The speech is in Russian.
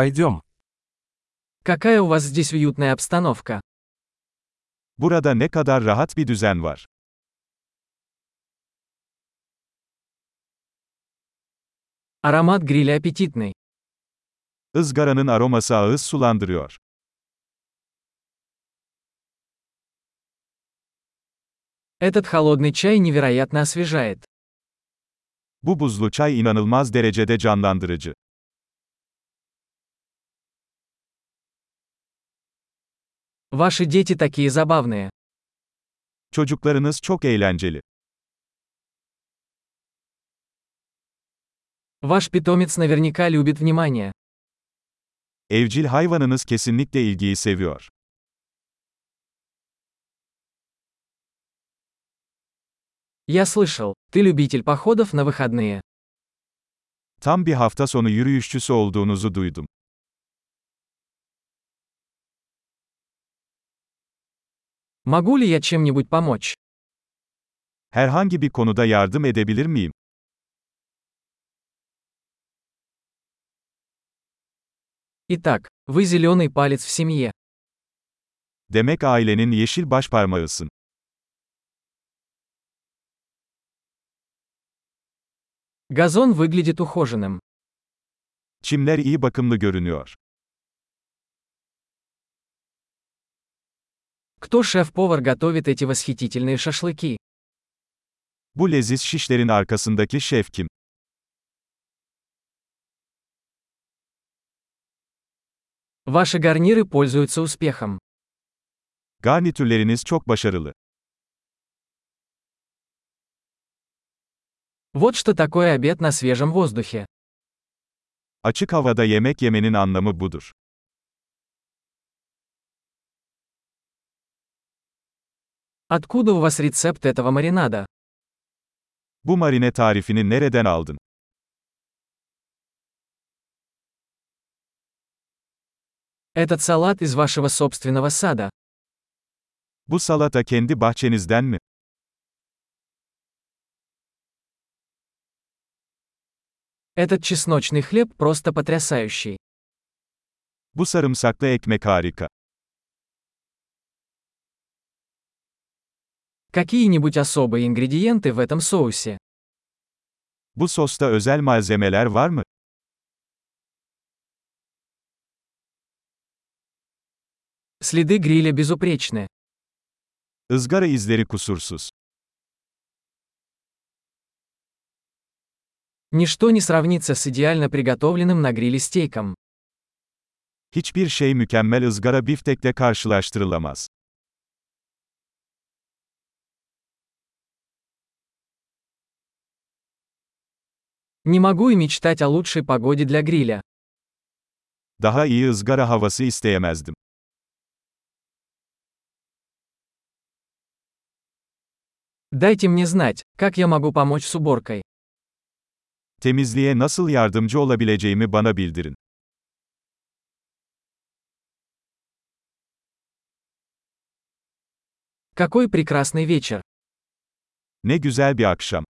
Пойдем. Какая у вас здесь уютная обстановка. Burada ne kadar rahat bir düzen var. Аромат гриля аппетитный. Izgaranın aroması ağız sulandırıyor. Этот холодный чай невероятно освежает. Bu buzlu çay inanılmaz derecede canlandırıcı. Ваши дети такие забавные. Çocuklarınız çok eğlenceli. Ваш питомец наверняка любит внимание. Evcil hayvanınız kesinlikle ilgiyi seviyor. Я слышал, ты любитель походов на выходные. Tam bir hafta sonu yürüyüşçüsü olduğunuzu duydum. Могу ли я чем-нибудь помочь? Herhangi bir konuda yardım edebilir miyim? Итак, вы зеленый палец в семье. Demek ailenin yeşil başparmağısın. Газон выглядит ухоженным. Çimler iyi bakımlı görünüyor. Кто шеф-повар готовит эти восхитительные шашлыки? Bu leziz şişlerin arkasındaki şef kim? Ваши гарниры пользуются успехом. Garnitürleriniz çok başarılı. Вот что такое обед на свежем воздухе. Açık havada yemek yemenin anlamı budur. Откуда у вас рецепт этого маринада? Bu marine tarifini nereden aldın? Этот салат из вашего собственного сада. Bu salata kendi bahçenizden mi? Этот чесночный хлеб просто потрясающий. Bu sarımsaklı ekmek harika. Какие-нибудь особые ингредиенты в этом соусе? Bu sosta özel malzemeler var mı? Следы гриля безупречны. Izgara izleri kusursuz. Ничто не сравнится с идеально приготовленным на гриле стейком. Hiçbir şey mükemmel ızgara biftekle karşılaştırılamaz. Не могу и мечтать о лучшей погоде для гриля. Daha iyi ızgara havası isteyemezdim. Дайте мне знать, как я могу помочь с уборкой. Temizliğe nasıl yardımcı olabileceğimi bana bildirin. Какой прекрасный вечер. Ne güzel bir akşam.